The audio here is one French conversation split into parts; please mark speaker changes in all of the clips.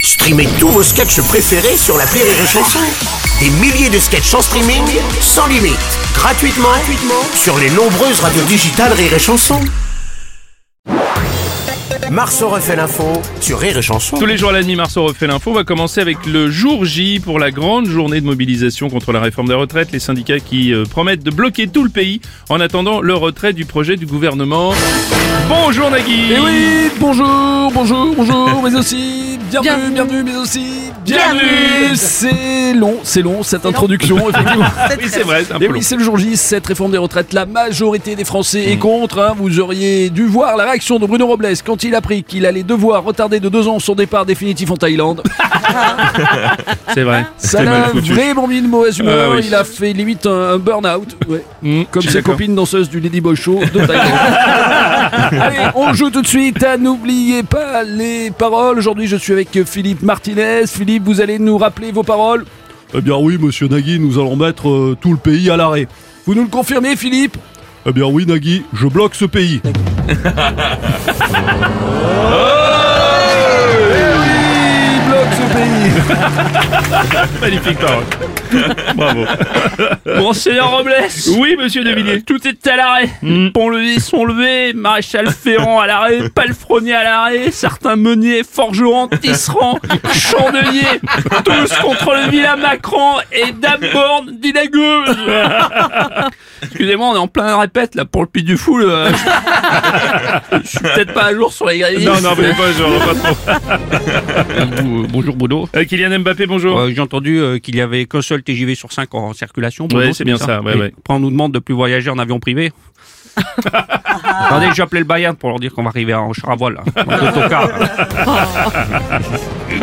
Speaker 1: Streamez tous vos sketchs préférés sur la Rire et Chanson. Des milliers de sketchs en streaming, sans limite, gratuitement, gratuitement sur les nombreuses radios digitales Rire et Chanson. Marceau refait l'info sur Rire et Chanson.
Speaker 2: Tous les jours à la nuit, Marceau refait l'info. On va commencer avec le jour J pour la grande journée de mobilisation contre la réforme des retraites. Les syndicats qui euh, promettent de bloquer tout le pays en attendant le retrait du projet du gouvernement. Bonjour Nagui
Speaker 3: Et oui, bonjour, bonjour, bonjour, mais aussi bienvenue, bienvenue, mais aussi bienvenue.
Speaker 2: Bienvenue.
Speaker 3: C'est long, c'est long cette introduction, effectivement.
Speaker 2: Ah Oui, c'est vrai, c'est un peu
Speaker 3: Et Eh oui,
Speaker 2: long.
Speaker 3: c'est le jour J, cette réforme des retraites, la majorité des Français est contre. hein. Vous auriez dû voir la réaction de Bruno Robles quand il a appris qu'il allait devoir retarder de deux ans son départ définitif en Thaïlande.
Speaker 2: C'est vrai.
Speaker 3: Ça
Speaker 2: C'est mal
Speaker 3: l'a
Speaker 2: foutu.
Speaker 3: vraiment mis de mauvaise humeur.
Speaker 2: Ah oui.
Speaker 3: Il a fait limite un, un burn-out. ouais.
Speaker 2: Mmh,
Speaker 3: Comme
Speaker 2: je suis
Speaker 3: ses
Speaker 2: d'accord.
Speaker 3: copines danseuses du Lady Boy Show de Thaïlande. Allez, on joue tout de suite à N'oubliez pas les paroles. Aujourd'hui, je suis avec Philippe Martinez. Philippe, vous allez nous rappeler vos paroles
Speaker 4: Eh bien oui, monsieur Nagui, nous allons mettre euh, tout le pays à l'arrêt.
Speaker 3: Vous nous le confirmez, Philippe
Speaker 4: Eh bien oui, Nagui, je bloque ce pays.
Speaker 3: Il bloque ce pays.
Speaker 2: Magnifique parole. Bravo.
Speaker 5: Monseigneur Robles
Speaker 2: Oui, monsieur Devilliers.
Speaker 5: Tout est à l'arrêt.
Speaker 2: Mm.
Speaker 5: Pont-levis sont levés, Maréchal Ferrand à l'arrêt, Palefrenier à l'arrêt, certains meuniers, forgerons, tisserands, chandeliers, tous contre le vilain Macron et Dame Borne dit la gueule. Excusez-moi, on est en plein répète là pour le Puy du Foul. euh, je suis peut-être pas à jour sur les grilles.
Speaker 2: Non, non, mais pas, genre, pas trop.
Speaker 5: Bonjour Bruno.
Speaker 2: Euh, Kylian Mbappé, bonjour.
Speaker 6: Euh, J'ai entendu euh, qu'il y avait qu'un seul TGV sur cinq en circulation. Bon,
Speaker 2: Ouais,
Speaker 6: non,
Speaker 2: c'est bien ça, ouais,
Speaker 6: Et
Speaker 2: ouais.
Speaker 6: Après, on nous demande de plus voyager en avion privé. Attendez, j'ai appelé le Bayern pour leur dire qu'on va arriver en char à voile, là, en autocar.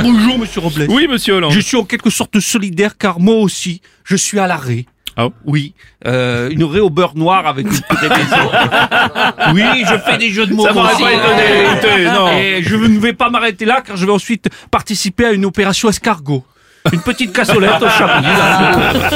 Speaker 6: Bonjour, monsieur Robles.
Speaker 2: Oui, monsieur Hollande.
Speaker 6: Je suis en quelque sorte solidaire car moi aussi, je suis à l'arrêt.
Speaker 2: Ah bon
Speaker 6: Oui, euh, une raie au beurre noir avec une petite maison. Oui, je fais des jeux de mots.
Speaker 2: Ça
Speaker 6: moi
Speaker 2: m'aurait
Speaker 6: aussi.
Speaker 2: pas étonné. écoutez, Non.
Speaker 6: Et je ne vais pas m'arrêter là car je vais ensuite participer à une opération escargot. Une petite cassolette au chapitre.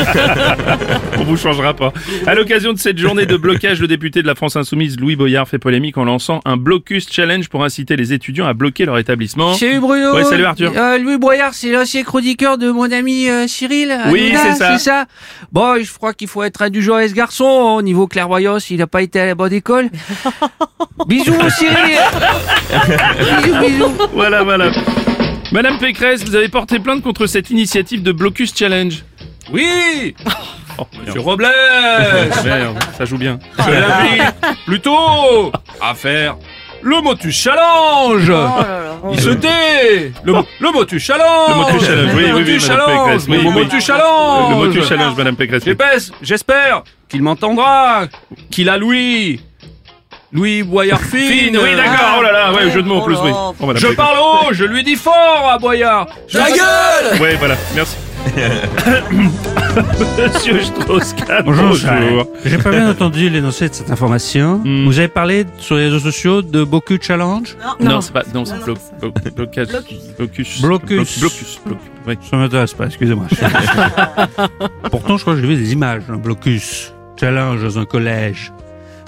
Speaker 2: On vous changera pas. À l'occasion de cette journée de blocage, le député de la France Insoumise, Louis Boyard, fait polémique en lançant un blocus challenge pour inciter les étudiants à bloquer leur établissement.
Speaker 7: Salut Bruno.
Speaker 2: Hein Ouais, salut Arthur.
Speaker 7: Euh, Louis Boyard, c'est l'ancien chroniqueur de mon ami euh, Cyril.
Speaker 2: Oui,
Speaker 7: Hanouna,
Speaker 2: c'est ça.
Speaker 7: Bon, je crois qu'il faut être indulgent à ce garçon. hein, Au niveau clairvoyance, il n'a pas été à la bonne école. bisous Cyril. bisous, bisous.
Speaker 2: Voilà, voilà. Madame Pécresse, vous avez porté plainte contre cette initiative de blocus challenge.
Speaker 6: Oui
Speaker 2: Oh,
Speaker 6: Monsieur Robles
Speaker 2: Merde, ça joue bien.
Speaker 6: Je l'invite plutôt à faire le motus challenge Il se tait le, mo- le motus challenge
Speaker 2: Oh. Le motus challenge, oui, oui, oui,
Speaker 6: motus
Speaker 2: madame Pécresse,
Speaker 6: challenge
Speaker 2: oui,
Speaker 6: Le
Speaker 2: oui.
Speaker 6: motus challenge
Speaker 2: Le motu challenge, Madame Pécresse. oui.
Speaker 6: J'espère- J'espère qu'il m'entendra, qu'il a Louis, Louis Boyard
Speaker 2: Fine,
Speaker 6: Fine.
Speaker 2: oui, d'accord, oh là là, ouais, jeu de mots en plus, oui. Oh, Madame
Speaker 6: Je
Speaker 2: Pécresse.
Speaker 6: parle haut, je lui dis fort à Boyard. Je la gueule
Speaker 2: Ouais, voilà, merci. Monsieur Strauss-Kahn, bonjour.
Speaker 6: J'ai pas bien entendu l'énoncé de cette information. Vous avez parlé sur les réseaux sociaux de Boku Challenge
Speaker 2: Non, c'est pas, non, c'est blo- blo- blocage. Blocus.
Speaker 6: Blocus.
Speaker 2: Blo- Blocus. bloc- oui.
Speaker 6: Ça m'intéresse pas, excusez-moi. Pourtant, je crois que j'ai vu des images, un blocus, challenge dans un collège.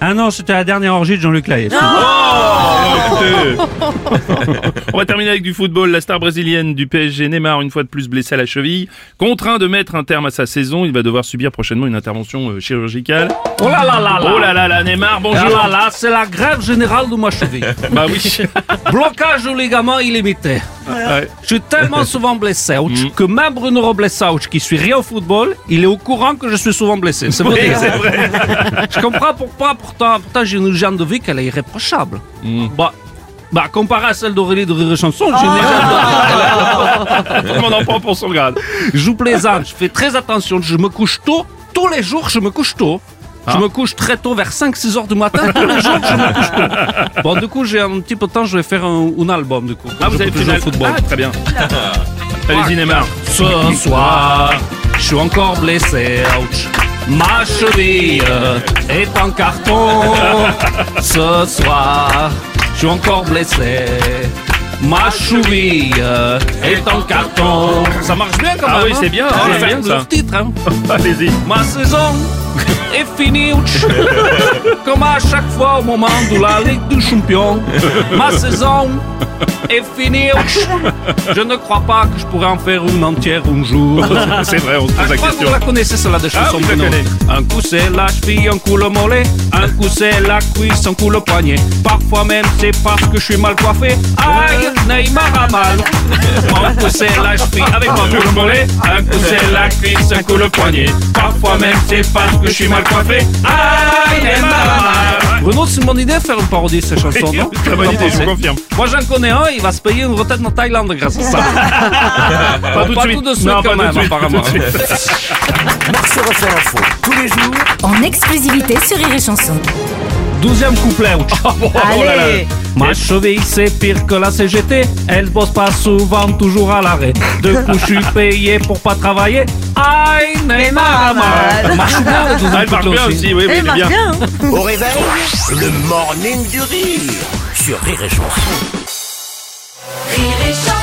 Speaker 6: Ah non, c'était la dernière orgie de Jean-Luc Lahaye.
Speaker 2: On va terminer avec du football. La star brésilienne du PSG, Neymar, une fois de plus blessée à la cheville. Contraint de mettre un terme à sa saison, il va devoir subir prochainement une intervention euh, chirurgicale.
Speaker 6: Oh là là là là
Speaker 2: Oh là là là, Neymar,
Speaker 6: Ah
Speaker 2: bonjour
Speaker 6: là là, c'est la grève générale de ma cheville.
Speaker 2: Bah oui
Speaker 6: Blocage au ligament illimité.
Speaker 2: Ouais.
Speaker 6: Je suis tellement souvent blessé ouch,
Speaker 2: Mm.
Speaker 6: que même Bruno Robles ouch, qui suit rien au football, il est au courant que je suis souvent blessé. C'est
Speaker 2: Oui,
Speaker 6: vrai.
Speaker 2: c'est vrai
Speaker 6: Je comprends pourquoi, pourtant, pourtant j'ai une jambe de vie qu'elle est irréprochable.
Speaker 2: Hmm.
Speaker 6: Bah, bah, comparé à celle d'Aurélie de Rire et Chanson, j'ai une jambe de vie qu'elle est
Speaker 2: Tout le monde en prend pour son grade.
Speaker 6: Je vous plaisante, je fais très attention, je me couche tôt, tous les jours je me couche tôt. Je
Speaker 2: Ah.
Speaker 6: me couche très tôt, vers 5-6 heures du matin, tous les jours je me couche tôt. Bon, du coup, j'ai un petit peu de temps, je vais faire un, un album, du coup.
Speaker 2: Ah, vous avez fait
Speaker 6: le
Speaker 2: le
Speaker 6: football.
Speaker 2: Ah, très bien. Allez-y, Neymar.
Speaker 6: Ce soir, je suis encore blessé, ouch. Ma cheville est en carton. Ce soir, je suis encore blessé. Ma cheville est en carton. Ça marche bien quand
Speaker 2: Ah
Speaker 6: même.
Speaker 2: oui, c'est bien,
Speaker 6: hein.
Speaker 2: c'est
Speaker 6: On va faire
Speaker 2: bien, ça.
Speaker 6: le titre, hein.
Speaker 2: Allez-y.
Speaker 6: Ma saison et fini ouch. Comme à chaque fois au moment de la Ligue des Champions, ma saison est finie ouch. Je ne crois pas que je pourrais en faire une entière un jour.
Speaker 2: C'est vrai, on se pose
Speaker 6: Je
Speaker 2: la
Speaker 6: crois que
Speaker 2: question.
Speaker 6: vous la connaissez celle-là de
Speaker 2: Ah,
Speaker 6: chanson
Speaker 2: oui, je la
Speaker 6: Bruno.
Speaker 2: connais.
Speaker 6: Un coup c'est la cheville, un coup le mollet, un coup c'est la cuisse, un coup le poignet. Parfois même c'est parce que je suis mal coiffé. Aïe, Neymar a mal. Un coup c'est la cheville avec un coup le mollet, un coup c'est la cuisse, un coup le poignet. Parfois même c'est parce que je suis mal coiffé. Aïe, Neymar a mal.
Speaker 7: Bruno, c'est mon idée de faire une parodie de cette chanson, non
Speaker 2: Très
Speaker 6: Ah,
Speaker 2: bonne idée, je vous confirme.
Speaker 6: Moi j'en connais un, il va se payer une retraite en Thaïlande grâce à ça.
Speaker 2: Pas tout de
Speaker 6: Ah, Pas
Speaker 2: suite.
Speaker 6: tout de suite
Speaker 2: Non, pas
Speaker 6: quand même,
Speaker 2: tout de suite.
Speaker 6: apparemment.
Speaker 1: Marceau refait l'info tous les jours
Speaker 8: En exclusivité sur Rire et Chanson.
Speaker 6: Douzième couplet, ouch. Oh
Speaker 2: Oh
Speaker 8: Allez
Speaker 6: Ma cheville, c'est pire que la CGT. Elle bosse pas souvent, toujours à l'arrêt. De coup, je suis payé pour pas travailler. Aïe, Neymar, ma Marche bien, le
Speaker 2: Ah,
Speaker 6: deuxième
Speaker 2: elle marche
Speaker 6: couplet
Speaker 2: bien
Speaker 6: aussi.
Speaker 2: aussi, oui, oui,
Speaker 9: Eh,
Speaker 2: il est
Speaker 9: marche
Speaker 2: bien.
Speaker 9: bien, hein.
Speaker 1: Au réveil, le morning du rire sur Rire et Chanson.
Speaker 8: Rire et Chanson.